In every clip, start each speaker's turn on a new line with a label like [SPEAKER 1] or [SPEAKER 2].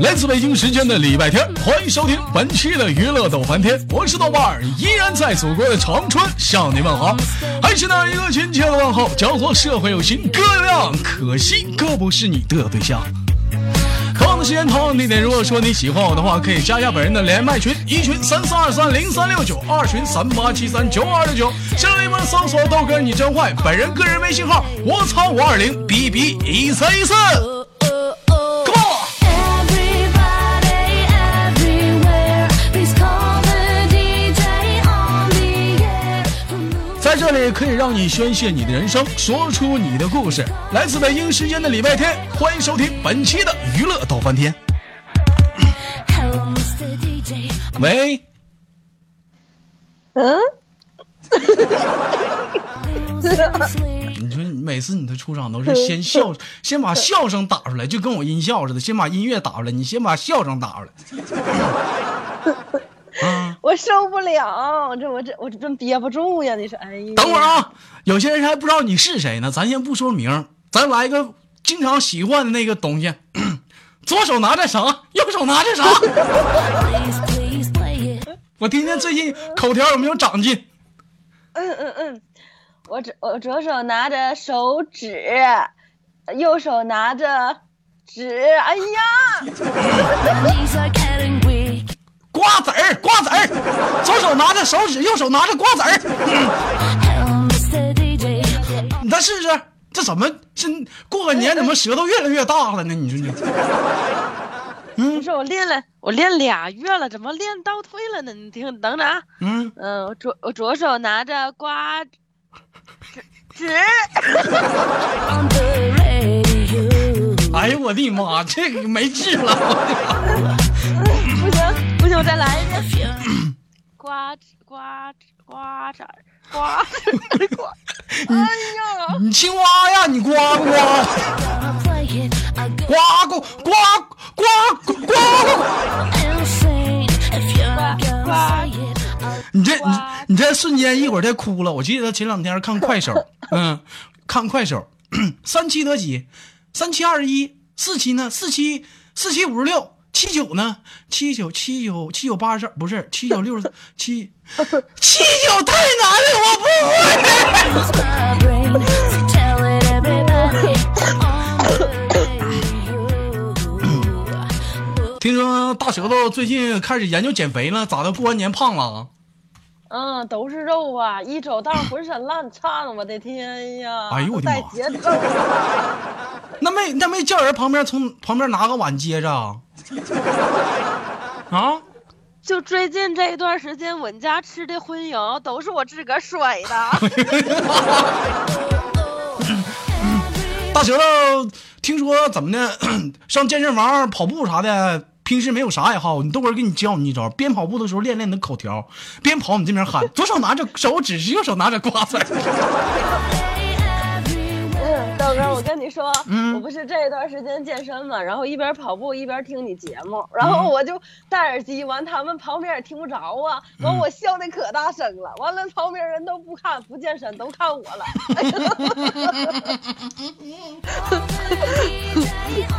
[SPEAKER 1] 来自北京时间的礼拜天，欢迎收听本期的娱乐逗翻天，我是豆瓣儿，依然在祖国的长春向您问好，还是那一个亲切的问候，叫做社会有型哥有样，可惜哥不是你的对象。同样的时间，同样的地点。如果说你喜欢我的话，可以加一下本人的连麦群，一群三四二三零三六九，二群三八七三九二六九。新浪微博搜索豆哥你真坏，本人个人微信号我操五二零 b b 一三一四。Come on。在这里可以让你宣泄你的人生，说出你的故事。来自北京时间的礼拜天，欢迎收听本期的娱乐逗翻天。喂，
[SPEAKER 2] 嗯，
[SPEAKER 1] 你说你每次你的出场都是先笑，先把笑声打出来，就跟我音效似的，先把音乐打出来，你先把笑声打出来。
[SPEAKER 2] 我受不了，我这我这我这真憋不住呀！你说，哎呀，
[SPEAKER 1] 等会儿，啊，有些人还不知道你是谁呢，咱先不说名，咱来个经常喜欢的那个东西，左手拿着啥，右手拿着啥。我听听最近口条有没有长进？
[SPEAKER 2] 嗯嗯嗯，我左我左手拿着手指，右手拿着纸，哎呀，
[SPEAKER 1] 瓜子儿，瓜子儿，左手拿着手指，右手拿着瓜子儿，你再试试，这怎么这过个年怎么舌头越来越大了呢？你说你。
[SPEAKER 2] 你说我练了，我练俩月了，怎么练倒退了呢？你听，等着啊，
[SPEAKER 1] 嗯，
[SPEAKER 2] 嗯，我左我左手拿着瓜纸纸，
[SPEAKER 1] 哎呦我的妈，这个没治了。
[SPEAKER 2] 不行不行，我再来一遍，瓜纸瓜纸瓜子儿瓜子儿瓜， 哎呀！
[SPEAKER 1] 你青蛙呀，你呱呱呱呱呱呱呱呱呱，你这你你这瞬间一会儿再哭了。我记得前两天看快手，嗯，看快手，三七得几？三七二十一，四七呢？四七四七五十六，七九呢？七九七九七九八十不是七九六十七，七九太难了，我不会。听说大舌头最近开始研究减肥了，咋的？过完年胖了啊？
[SPEAKER 2] 嗯，都是肉啊！一走道浑身烂颤，我的天呀！
[SPEAKER 1] 哎呦我的
[SPEAKER 2] 带
[SPEAKER 1] 妈
[SPEAKER 2] 节奏啊！
[SPEAKER 1] 那没那没叫人旁边从旁边拿个碗接着啊？ 啊？
[SPEAKER 2] 就最近这一段时间，我们家吃的荤油都是我自个儿甩
[SPEAKER 1] 哎
[SPEAKER 2] 的。
[SPEAKER 1] 大舌头，听说怎么的， 上健身房跑步啥的，平时没有啥爱好，你等会儿给你教你一招，边跑步的时候练练你的口条，边跑你这边喊， 左手拿着手指，右手拿着瓜子儿。
[SPEAKER 2] 嗯，豆哥，我跟你说，
[SPEAKER 1] 嗯
[SPEAKER 2] 我不是这一段时间健身嘛，然后一边跑步一边听你节目，然
[SPEAKER 1] 嗯
[SPEAKER 2] 后我就戴耳机，完他们旁边也听不着啊，
[SPEAKER 1] 嗯
[SPEAKER 2] 完我笑的可大声了，完了旁边人都不看不健身，都看我了。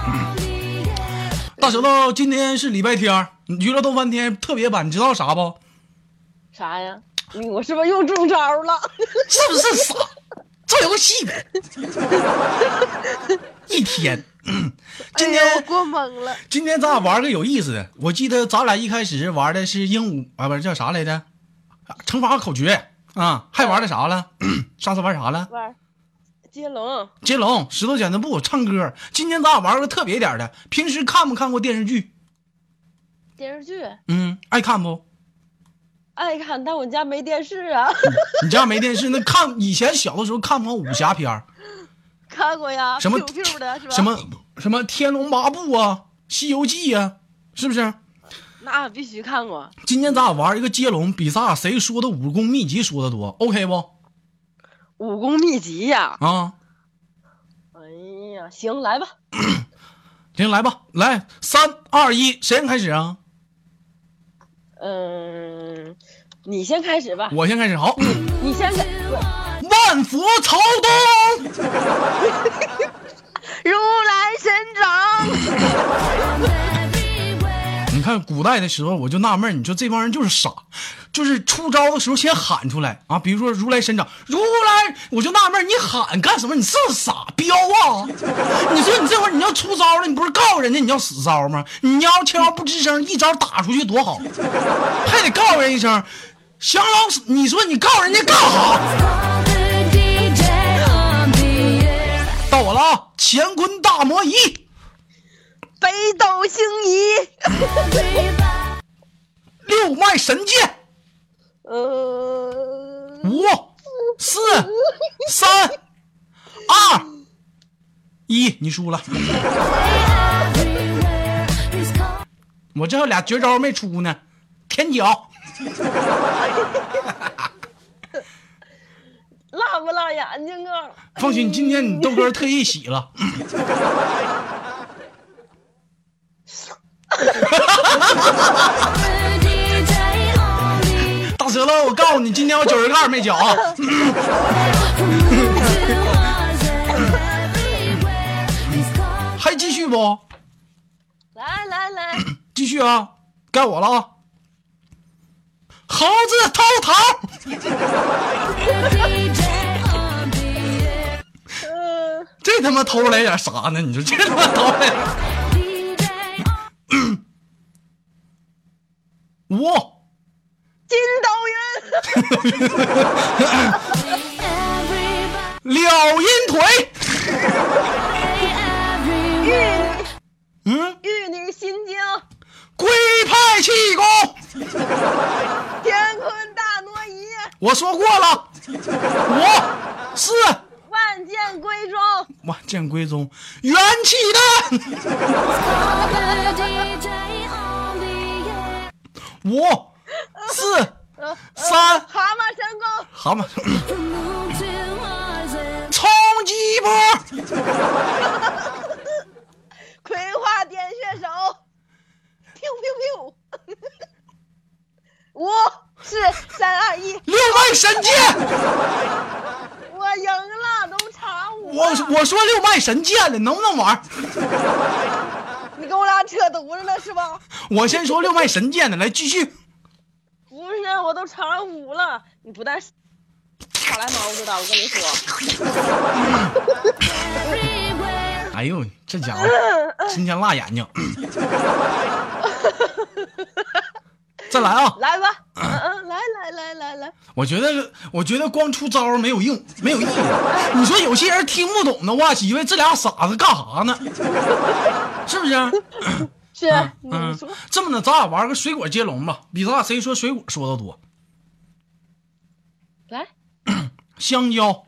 [SPEAKER 2] 哎
[SPEAKER 1] 大舌头，今天是礼拜天儿，娱乐逗翻天特别版，你知道啥不？
[SPEAKER 2] 啥呀？你我是不是用中招了？
[SPEAKER 1] 是不是傻？做游戏呗， 一天。 嗯今天、
[SPEAKER 2] 哎呀我过懵 了。
[SPEAKER 1] 今天咱俩玩个有意思的，我记得咱俩一开始玩的是鹦鹉啊，不是叫啥来着？啊乘法口诀啊，还玩的啥了？ 上次玩啥了？
[SPEAKER 2] 玩儿接龙，
[SPEAKER 1] 接龙、石头剪子布、唱歌。今天咱俩玩个特别一点的，平时看没看过电视剧？
[SPEAKER 2] 电视剧
[SPEAKER 1] 嗯，爱看不？
[SPEAKER 2] 爱看，但我家没电视啊。
[SPEAKER 1] 你家没电视？那看以前小的时候看过武侠片儿
[SPEAKER 2] 看过呀，
[SPEAKER 1] 什么
[SPEAKER 2] QQ 啊的是吧？
[SPEAKER 1] 什么什么《天龙八部》啊，《西游记》啊，是不是？
[SPEAKER 2] 那必须看过。
[SPEAKER 1] 今天咱俩玩一个接龙，比咱俩谁说的武功秘籍说的多，OK 不？
[SPEAKER 2] 武功秘籍呀！
[SPEAKER 1] 啊，
[SPEAKER 2] 哎呀，行，来吧，
[SPEAKER 1] 行，来吧，来，三二一，谁先开始啊？
[SPEAKER 2] 嗯，你先开始吧，
[SPEAKER 1] 我先开始，好，
[SPEAKER 2] 你先开。
[SPEAKER 1] 万佛朝东，
[SPEAKER 2] 如来神掌，
[SPEAKER 1] 看古代的时候，我就纳闷儿，你说这帮人就是傻，就是出招的时候先喊出来啊，比如说如来神掌，如来，我就纳闷儿，你喊干什么？你是不是傻彪啊？你说你这会儿你要出招了，你不是告诉人家你要死招吗？你要悄不吱声，一招打出去多好，还得告诉人一声，降老死，你说你告诉人家干啥？到我了啊，乾坤大挪移。
[SPEAKER 2] 北斗星移，
[SPEAKER 1] 六脉神剑，
[SPEAKER 2] 嗯，
[SPEAKER 1] 五、四、三、二、一，你输了。我这还有俩绝招没出呢，天角
[SPEAKER 2] 辣不辣眼睛啊？
[SPEAKER 1] 放心，今天你豆哥特意洗了。大舌头，我告诉你，今天我九十盖没搅啊。还继续不？
[SPEAKER 2] 来来来，
[SPEAKER 1] 继续啊，该我了啊。猴子偷桃，
[SPEAKER 2] 嗯，
[SPEAKER 1] 这他妈偷来点啥呢？你说这他妈偷来点五、
[SPEAKER 2] 筋斗云，
[SPEAKER 1] 了阴腿，嗯，
[SPEAKER 2] 玉女心经，
[SPEAKER 1] 龟派气功，
[SPEAKER 2] 乾坤大挪移，
[SPEAKER 1] 我说过了，五、四，
[SPEAKER 2] 万箭归宗，
[SPEAKER 1] 万剑归宗，元气弹，五、四、三，
[SPEAKER 2] 蛤蟆神功，
[SPEAKER 1] 蛤蟆， 冲击波，
[SPEAKER 2] 葵花点穴手，biu biu biu，五四三二一，
[SPEAKER 1] 六脉神剑，
[SPEAKER 2] 我赢了，都查我，
[SPEAKER 1] 我我说六脉神剑了，能不能玩？
[SPEAKER 2] 你跟我俩扯犊子呢是吧？
[SPEAKER 1] 我先说六脉神剑的，来继续，
[SPEAKER 2] 不是，我都查五了，你不带耍赖毛子的，我跟你说，
[SPEAKER 1] 哎呦，这家伙今天辣眼睛，再来啊！
[SPEAKER 2] 来吧，嗯嗯，来来来来来，
[SPEAKER 1] 我觉得，我觉得光出招没有用， 没有意义。你说有些人听不懂的话，以为这俩傻子干啥呢？ 是不是？
[SPEAKER 2] 是你
[SPEAKER 1] 嗯
[SPEAKER 2] 说，，
[SPEAKER 1] 这么的，咱俩玩个水果接龙吧，比咱俩谁说水果说的多。
[SPEAKER 2] 来，
[SPEAKER 1] 香蕉、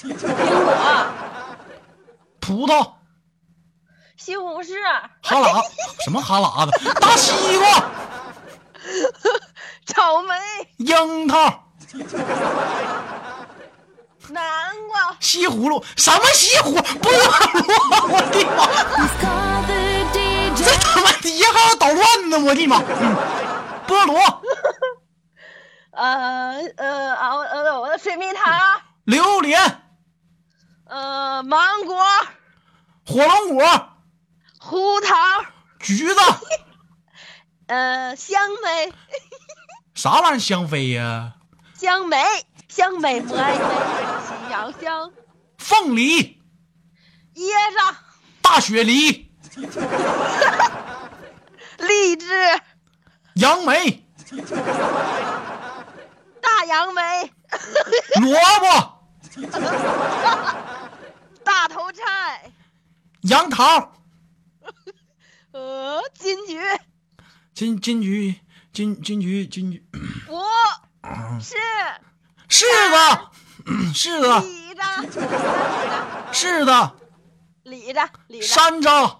[SPEAKER 2] 苹果、
[SPEAKER 1] 葡萄、
[SPEAKER 2] 西红柿、
[SPEAKER 1] 哈 喇什么哈喇子、大西瓜、
[SPEAKER 2] 草莓、
[SPEAKER 1] 樱桃、
[SPEAKER 2] 南瓜、
[SPEAKER 1] 西葫芦，什么西葫芦？不葫芦，我的妈！这他妈的一号捣乱呢，我的妈！嗯菠萝、
[SPEAKER 2] 呃呃啊呃，我的水蜜桃，
[SPEAKER 1] 榴莲、
[SPEAKER 2] 呃，芒果、
[SPEAKER 1] 火龙果、
[SPEAKER 2] 胡桃，
[SPEAKER 1] 橘子，
[SPEAKER 2] 呃，香梅、
[SPEAKER 1] 啥玩意儿香妃呀？
[SPEAKER 2] 香梅、香梅、摩爱梅、喜洋香、
[SPEAKER 1] 凤梨、
[SPEAKER 2] 椰子、
[SPEAKER 1] 大雪梨、
[SPEAKER 2] 荔枝、
[SPEAKER 1] 杨梅、
[SPEAKER 2] 大杨梅、
[SPEAKER 1] 萝卜、
[SPEAKER 2] 大头菜，
[SPEAKER 1] 杨桃、
[SPEAKER 2] 呃，金桔，
[SPEAKER 1] 金金桔、金金桔、金桔、
[SPEAKER 2] 五是
[SPEAKER 1] 柿子、嗯柿子、
[SPEAKER 2] 李子，
[SPEAKER 1] 柿子、
[SPEAKER 2] 李子，李子，
[SPEAKER 1] 山楂、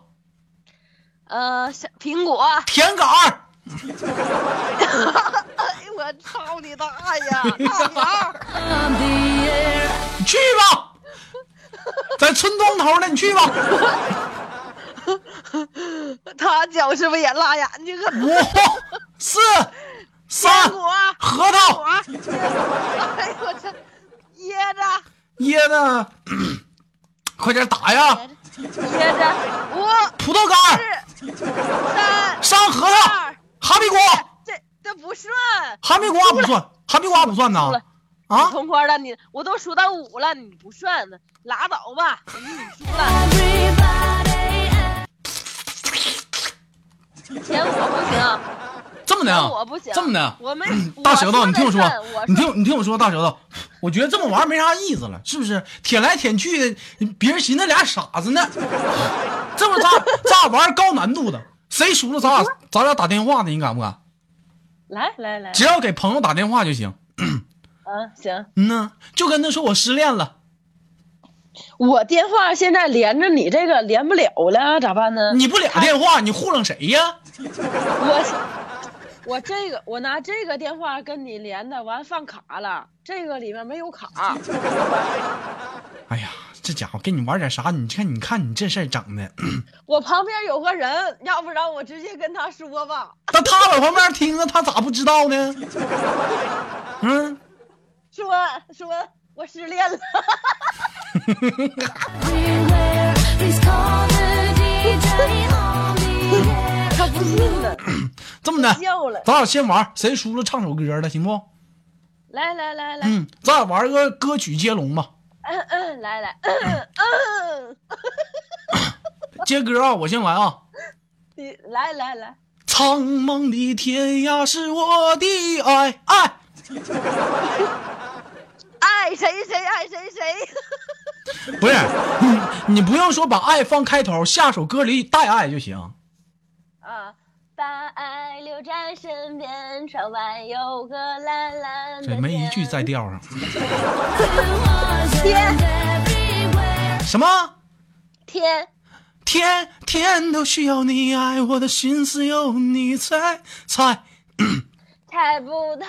[SPEAKER 2] 呃，是苹果，
[SPEAKER 1] 甜杆儿、
[SPEAKER 2] 哎，我操你大爷，大苗，
[SPEAKER 1] 你去吧，在村东头呢，你去吧。
[SPEAKER 2] 他脚是不是也辣眼睛啊？
[SPEAKER 1] 五、 四、
[SPEAKER 2] 坚
[SPEAKER 1] 三、
[SPEAKER 2] 果，
[SPEAKER 1] 核
[SPEAKER 2] 果
[SPEAKER 1] 桃、，
[SPEAKER 2] 哎呦我操，椰子，
[SPEAKER 1] 椰 子，快点打呀！
[SPEAKER 2] 椰子，五
[SPEAKER 1] 葡萄干儿、
[SPEAKER 2] 是三
[SPEAKER 1] 山核桃、
[SPEAKER 2] 二，
[SPEAKER 1] 啊
[SPEAKER 2] 哎
[SPEAKER 1] 哈密瓜、
[SPEAKER 2] 这这不算。
[SPEAKER 1] 哈密瓜不算，哈密瓜不算呐
[SPEAKER 2] 输了。
[SPEAKER 1] 啊，
[SPEAKER 2] 同花了，你我都数到五了，你不算呢，拉倒吧，你输了。前五不行啊，
[SPEAKER 1] 这么的
[SPEAKER 2] 前
[SPEAKER 1] 啊
[SPEAKER 2] 五不行，
[SPEAKER 1] 这么的，
[SPEAKER 2] 我没。
[SPEAKER 1] 大
[SPEAKER 2] 我
[SPEAKER 1] 舌头，你听我
[SPEAKER 2] 说
[SPEAKER 1] 说
[SPEAKER 2] 的是，我
[SPEAKER 1] 你听我你听我说，大舌头，我觉得这么玩意儿没啥意思了，是不是？舔来舔去的，别人寻思俩傻子呢， 这么咋咋玩儿高难度的？谁输了咱俩咱俩打电话呢？你敢不敢？
[SPEAKER 2] 来来来，
[SPEAKER 1] 只要给朋友打电话就行。
[SPEAKER 2] 嗯，行，
[SPEAKER 1] 嗯呐，就跟他说我失恋了，
[SPEAKER 2] 我电话现在连着你这个连不了了，咋办呢？
[SPEAKER 1] 你不俩电话，你糊弄谁呀？
[SPEAKER 2] 我我这个我拿这个电话跟你连的，完放卡了，这个里面没有卡。
[SPEAKER 1] 哎呀，这家伙跟你玩点啥？你看，你看你这事儿整的，
[SPEAKER 2] 我旁边有个人，要不然我直接跟他说吧。
[SPEAKER 1] 那他在旁边听啊着，他咋不知道呢？嗯，
[SPEAKER 2] 说说我失恋了，他不信呢，
[SPEAKER 1] 这么的，
[SPEAKER 2] 笑了。
[SPEAKER 1] 咱俩先玩，谁输了唱首歌的，行不？
[SPEAKER 2] 来来来来，
[SPEAKER 1] 嗯，咱俩玩个歌曲接龙吧。
[SPEAKER 2] 嗯嗯，来来，嗯嗯，
[SPEAKER 1] 接歌啊，我先来啊。
[SPEAKER 2] 你嗯来来来，
[SPEAKER 1] 苍茫的天涯是我的爱，爱
[SPEAKER 2] 爱谁谁爱谁谁，
[SPEAKER 1] 不是你，你不用说把爱放开头，下首歌里带爱就行。
[SPEAKER 2] 啊。把爱留在身边，窗外有个蓝蓝的
[SPEAKER 1] 这
[SPEAKER 2] 天。
[SPEAKER 1] 没一句在调上。
[SPEAKER 3] Yeah.
[SPEAKER 1] 什么？
[SPEAKER 2] 天，
[SPEAKER 1] 天天都需要你爱，我的心思有你猜猜。
[SPEAKER 2] 猜不透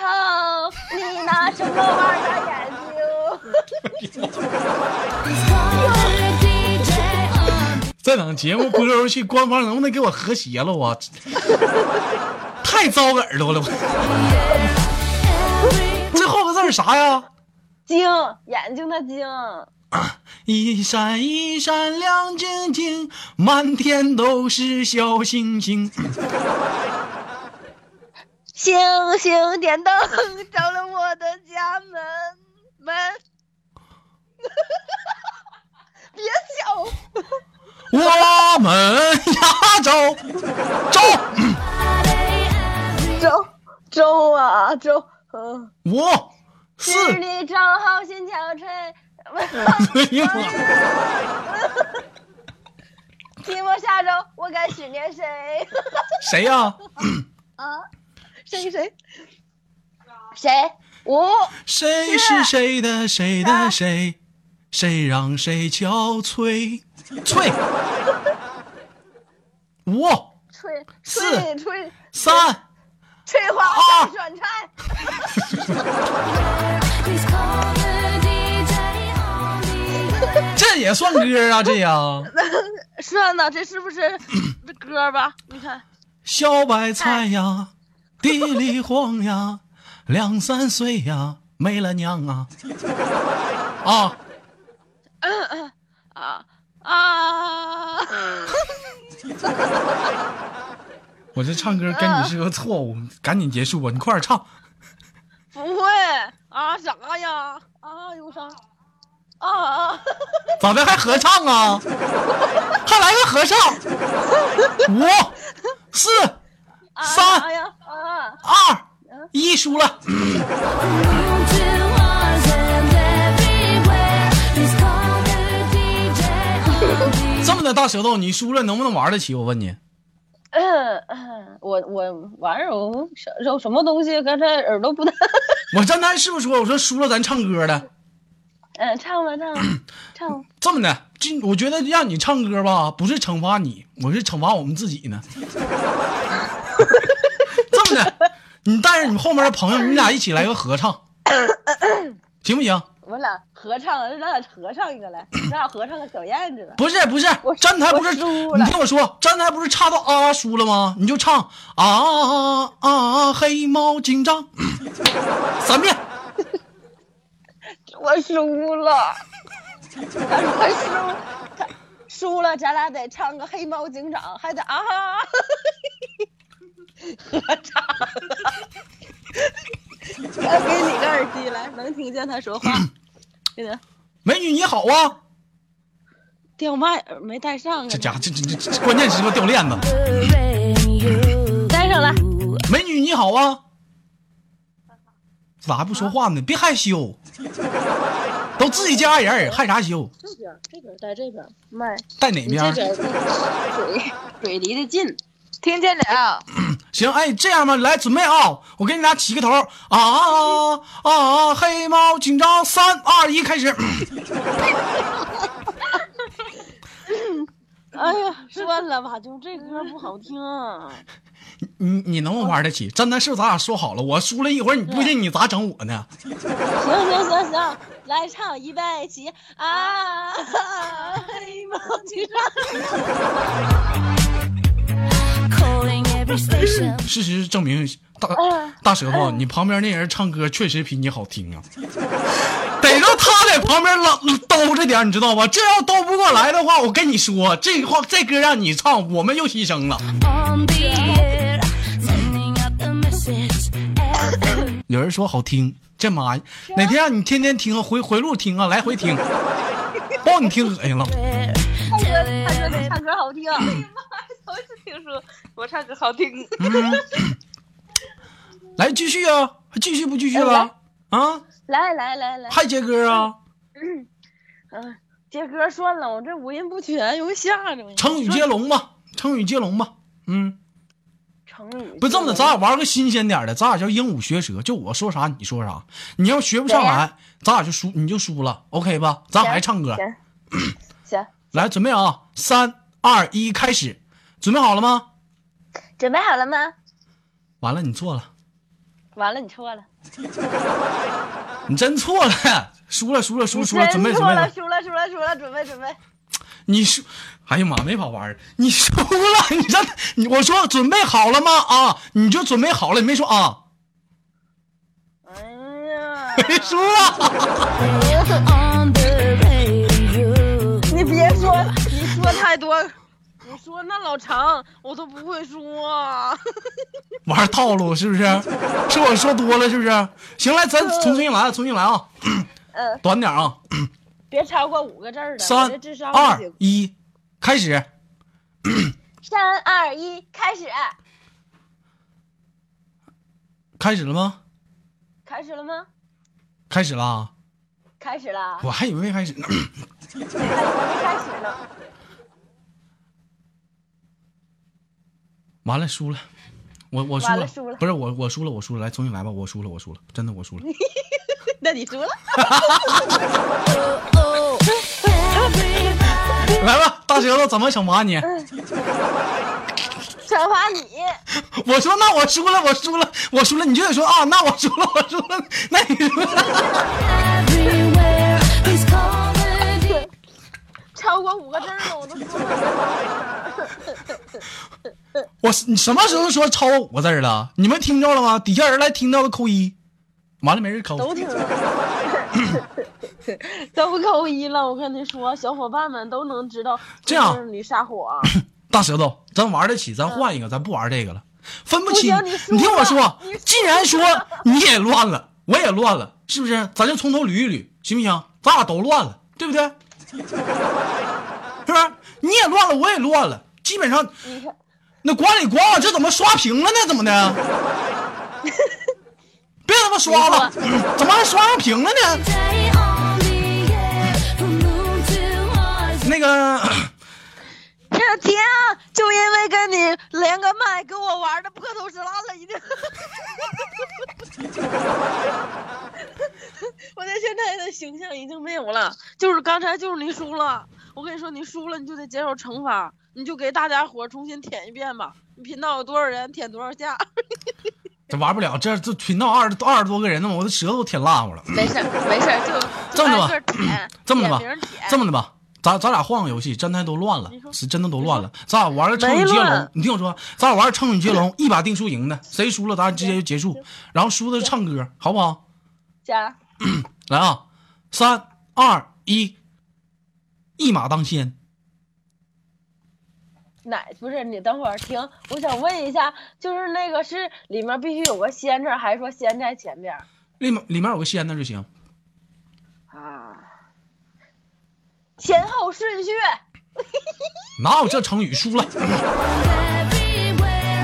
[SPEAKER 2] 你拿什么玩的眼睛。
[SPEAKER 1] 再等节目播出去，官方能不能给我和谐了？我 太糟耳朵了！我这后个字儿啥呀？
[SPEAKER 2] 睛，眼睛的睛，
[SPEAKER 1] 一闪一闪亮晶晶，满天都是小星星。
[SPEAKER 2] 星星点灯照亮我的家门门。别笑，
[SPEAKER 1] 我们亚 洲，洲，
[SPEAKER 2] 周周啊周，嗯，
[SPEAKER 1] 五四，
[SPEAKER 2] 十里正好心憔悴。
[SPEAKER 1] 哎呀妈！
[SPEAKER 2] 寂寞沙洲，我该思念谁？
[SPEAKER 1] 谁呀？
[SPEAKER 2] 啊，谁谁谁？五
[SPEAKER 1] 谁是谁的谁的谁？谁让谁憔悴？翠，五
[SPEAKER 2] 吹
[SPEAKER 1] 四
[SPEAKER 2] 吹吹
[SPEAKER 1] 三
[SPEAKER 2] 翠花
[SPEAKER 1] 啊
[SPEAKER 2] 上酸菜。
[SPEAKER 1] 这也算歌啊？这呀，
[SPEAKER 2] 算呐，这是不是这歌吧？你看，
[SPEAKER 1] 小白菜呀，地里黄呀，两三岁呀，没了娘啊！啊，
[SPEAKER 2] 啊啊，
[SPEAKER 1] 我这唱歌跟你是个错误，赶紧结束吧，你快点唱。
[SPEAKER 2] 不会啊啥呀？啊有啥？啊，
[SPEAKER 1] 咋的还合唱啊？还来个合唱？五、四、
[SPEAKER 2] 啊
[SPEAKER 1] 三
[SPEAKER 2] 啥呀？啊，
[SPEAKER 1] 二、一，输了。这么的大舌头，你输了能不能玩得起？我问你，
[SPEAKER 2] 嗯嗯 我我玩意儿我什什什么东西？刚才耳朵不大。
[SPEAKER 1] 我刚才是不是说我说输了咱唱歌的？
[SPEAKER 2] 嗯，唱吧唱吧 唱吧。
[SPEAKER 1] 这么的，今我觉得让你唱歌吧，不是惩罚你，我是惩罚我们自己呢。 这么的，你带着你后面的朋友，你俩一起来个合唱，行不行？
[SPEAKER 2] 我俩合唱，咱俩合唱一个来，咱俩合唱个小燕子来。
[SPEAKER 1] 不是不是
[SPEAKER 2] 我，
[SPEAKER 1] 站台不是，
[SPEAKER 2] 我输
[SPEAKER 1] 你
[SPEAKER 2] 了
[SPEAKER 1] 听我说，站台不是插到啊输了吗？你就唱啊啊黑猫警长， 三遍，
[SPEAKER 2] 我输了，我输，输了咱俩得唱个黑猫警长，还得啊哈，合唱了。我给你个耳机来，能听见他说 话。给他
[SPEAKER 1] 美女你好啊，
[SPEAKER 2] 掉麦耳没带上啊
[SPEAKER 1] 这，家伙这这这这关键时刻掉链子了。
[SPEAKER 2] 带上了。
[SPEAKER 1] 美女你好啊，咋还不说话呢？别害羞，都自己家人害啥羞？
[SPEAKER 2] 这边这边在这边麦，
[SPEAKER 1] 带哪
[SPEAKER 2] 你这
[SPEAKER 1] 边？
[SPEAKER 2] 边嘴嘴离得近，听见了。
[SPEAKER 1] 行，哎，这样吧，来准备啊，我给你俩起个头啊啊啊！黑猫警长，三二一，开始。
[SPEAKER 2] 哎呀，算了吧，就这歌不好听、
[SPEAKER 1] 你你能不能玩得起？真的是咱俩说好了，我输了一会儿，你不信你咋整我呢？
[SPEAKER 2] 行行行行，来唱预备起啊！黑 猫警长，
[SPEAKER 1] 事实证明，大大舌头，你旁边那人唱歌确实比你好听啊。 得让他在旁边老兜着点儿，你知道吧？这要兜不过来的话，我跟你说，这话这歌让你唱，我们又牺牲了。有人说好听，这妈呀，哪天让你天天听啊，回回路听啊，来回听，把你听哎恶心了。
[SPEAKER 2] 他说他说你唱歌好听，哎呀妈，头一次听说我唱歌好听。
[SPEAKER 1] 来继续啊，还继续不继续
[SPEAKER 2] 哎
[SPEAKER 1] 了？啊，
[SPEAKER 2] 来来来来，
[SPEAKER 1] 还接歌啊？
[SPEAKER 2] 嗯，接歌算了，我这五音不全，容易吓着我。
[SPEAKER 1] 成语接龙吧，成语接龙吧。嗯，
[SPEAKER 2] 成语
[SPEAKER 1] 不是这么的，咱俩玩个新鲜点儿的，咱俩叫鹦鹉学舌，就我说啥你说啥。你要学不上
[SPEAKER 2] 对
[SPEAKER 1] 来，咱俩就输，你就输了，OK 吧？咱俩还唱歌。
[SPEAKER 2] 行行，
[SPEAKER 1] 来，准备啊，三二一，开始。准备好了吗？
[SPEAKER 2] 准备好了吗？
[SPEAKER 1] 完了，你错了，
[SPEAKER 2] 完了，你错了，
[SPEAKER 1] 你真错了，输了，输了，输了输了，准备，准
[SPEAKER 2] 错
[SPEAKER 1] 备
[SPEAKER 2] 了，输了，输了，输了，准备准备。
[SPEAKER 1] 你输，哎呀妈，没法玩儿你输了，你这，你我说准备好了吗？啊，你就准备好了，你没说啊，
[SPEAKER 2] 哎呀，
[SPEAKER 1] 没输啊，
[SPEAKER 2] 你别说，你 说太多，你说那老长我都不会说、
[SPEAKER 1] 玩套路是不是？是我说多了是不是？行，来，咱
[SPEAKER 2] 呃
[SPEAKER 1] 重新来，重新来啊，
[SPEAKER 2] 嗯，
[SPEAKER 1] 短点啊，
[SPEAKER 2] 别超过五个字儿的，我
[SPEAKER 1] 三
[SPEAKER 2] 这智商不
[SPEAKER 1] 二
[SPEAKER 2] 行。
[SPEAKER 1] 一，开始。
[SPEAKER 2] 三二一，开始，
[SPEAKER 1] 开始了吗？
[SPEAKER 2] 开始了吗？
[SPEAKER 1] 开始啦，
[SPEAKER 2] 开始了，
[SPEAKER 1] 我还以为没开始呢。
[SPEAKER 2] 还没开始呢。
[SPEAKER 1] 完了，输了，我我输
[SPEAKER 2] 完
[SPEAKER 1] 了，
[SPEAKER 2] 了输了
[SPEAKER 1] 不是我我输了，我输了，来，重新来吧，我输了，我输了，真的我 输了。
[SPEAKER 2] 那你输了，
[SPEAKER 1] 来吧，大舌头怎么惩罚你？
[SPEAKER 2] 惩罚你。
[SPEAKER 1] 我说那我输了，我输了，我输了，你就得说啊，那我输了，我输了，那你输了。
[SPEAKER 2] 超过五个字儿了，我都说了。
[SPEAKER 1] 我你什么时候说超五个字儿了？你们听着了吗？底下人来听到的扣一，完了没人扣。
[SPEAKER 2] 都听了， 都扣一了。我跟你说，小伙伴们都能知道，
[SPEAKER 1] 这样
[SPEAKER 2] 就是你撒 谎。
[SPEAKER 1] 大舌头，咱玩得起，咱换一个，咱不玩这个了，分不清。
[SPEAKER 2] 不行你输了
[SPEAKER 1] 听我说
[SPEAKER 2] 你输了，
[SPEAKER 1] 既然说你也乱了，我也乱了，是不是？咱就从头捋一捋，行不行？咱俩都乱了，对不对？是不是？你也乱了，我也乱了，基本上
[SPEAKER 2] 你看，
[SPEAKER 1] 那管理管我这怎么刷屏了呢？怎么的？ 别他妈刷了，怎么还刷上屏了呢？那个，
[SPEAKER 2] 这天啊就因为跟你连个麦，跟我玩的破头是烂了，已经。我在现在的形象已经没有了，就是刚才就是你输了。我跟你说，你输了你就得接受惩罚，你就给大家伙儿重新舔一遍吧。你频道有多少人，舔多少下。
[SPEAKER 1] 这玩不了，这这频道二二十多个人呢，我的舌头舔辣乎了。
[SPEAKER 2] 没事儿没事儿， 就
[SPEAKER 1] 这么的吧
[SPEAKER 2] 按个儿舔，
[SPEAKER 1] 这么的吧
[SPEAKER 2] 点名儿舔，
[SPEAKER 1] 这么的吧，咱咱俩换个游戏，真的都乱了
[SPEAKER 2] 你，说
[SPEAKER 1] 是真的都乱了。咱俩玩个成语接
[SPEAKER 2] 没
[SPEAKER 1] 龙
[SPEAKER 2] 乱，
[SPEAKER 1] 你听我说，咱俩玩成语接龙，一把定输赢的，谁输了咱俩直接就结束，然后输的就唱歌，好不好？
[SPEAKER 2] 加
[SPEAKER 1] 来啊，三二一，一马当先，
[SPEAKER 2] 哪不是你等会儿停，我想问一下，就是那个是里面必须有个鲜字儿，还是说鲜在前边儿
[SPEAKER 1] 里面里面有个鲜字就行。
[SPEAKER 2] 啊？前后顺序
[SPEAKER 1] 哪有这成语？输了。
[SPEAKER 2] 啊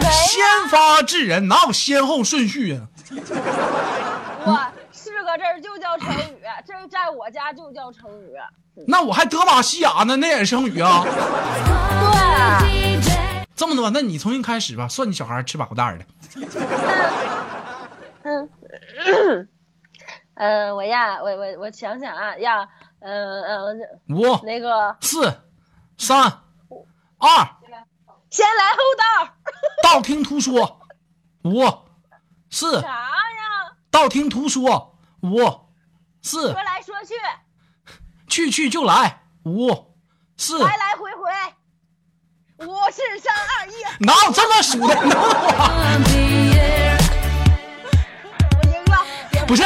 [SPEAKER 1] 先发制人，哪有先后顺序啊？
[SPEAKER 2] 哇，是个字儿就叫成语，这个在我家就叫成语。
[SPEAKER 1] 那我还德玛西亚呢，那也是成语啊。这么多，那你重新开始吧，算你小孩吃饱蛋儿的。
[SPEAKER 2] 嗯，嗯，我呀，我我我想想啊，呀，嗯嗯，我这
[SPEAKER 1] 五、
[SPEAKER 2] 那个
[SPEAKER 1] 四、三、二，
[SPEAKER 2] 先来后到，
[SPEAKER 1] 道听途说。五、四，
[SPEAKER 2] 啥呀？
[SPEAKER 1] 道听途说。五、四
[SPEAKER 2] 说，来说去，
[SPEAKER 1] 去去就来。五、四，
[SPEAKER 2] 来来回回，五四三二一，
[SPEAKER 1] 哪有这么数的？ 能
[SPEAKER 2] 我赢了。赢了
[SPEAKER 1] 不是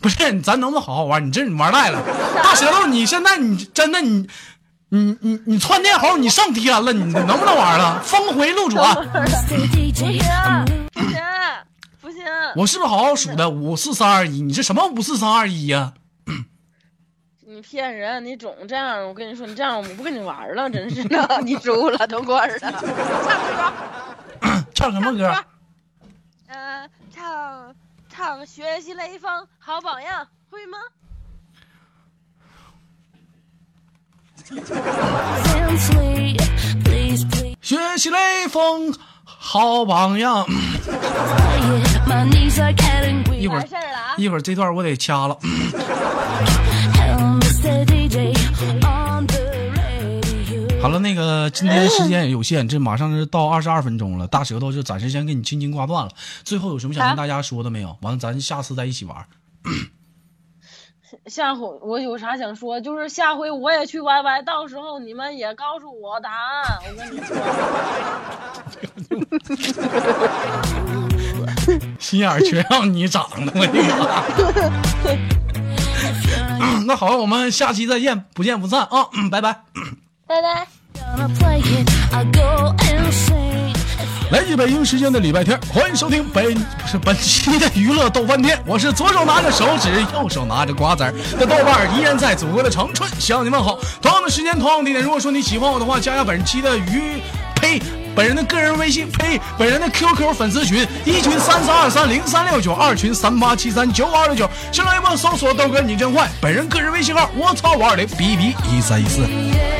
[SPEAKER 1] 不是，咱能不能好好玩？你这你玩赖了，大舌头，你现在你真的你你你你窜天猴，你上天了，你能不能玩了？峰回路转，
[SPEAKER 2] 不行不行，
[SPEAKER 1] 我是不是好好数的？五四三二一，你这什么五四三二一呀？
[SPEAKER 2] 你骗人，你总这样，我跟你说，你这样我不跟你玩了，真是的， 你输了，都过儿了，
[SPEAKER 1] 唱
[SPEAKER 2] 唱歌，
[SPEAKER 1] 什么歌？
[SPEAKER 2] 嗯、唱唱学习雷锋好榜样，会吗？
[SPEAKER 1] 学习雷锋好榜样。一会
[SPEAKER 2] 完
[SPEAKER 1] 儿
[SPEAKER 2] 事儿了啊！
[SPEAKER 1] 一会儿这段我得掐了。好了，那个今天时间也有限，这马上是到二十二分钟了，大舌头就暂时先给你轻轻挂断了。最后有什么想跟
[SPEAKER 2] 啊
[SPEAKER 1] 大家说的没有？完了，咱下次再一起玩。
[SPEAKER 2] 下回我有啥想说，就是下回我也去 YY，到时候你们也告诉我答案。我跟你说，
[SPEAKER 1] 心眼儿全让你长的，我跟你讲。 嗯 那好，我们下期再见，不见不散啊！嗯拜拜。
[SPEAKER 2] 拜拜。
[SPEAKER 4] 来自北京时间的礼拜天，欢迎收听本不是本期的娱乐逗翻天，我是左手拿着手指，右手拿着瓜子儿的豆瓣儿，依然在祖国的长春向你问好。同样的时间，同样的地点，如果说你喜欢我的话，加一下本期的娱呸。本人的个人微信，呸！本人的 QQ 粉丝群，一群三三二三零三六九，二群三八七三九五二六九，新浪微博搜索豆哥你真坏，本人个人微信号我操五二零 B B 一三一四。
[SPEAKER 3] Yeah.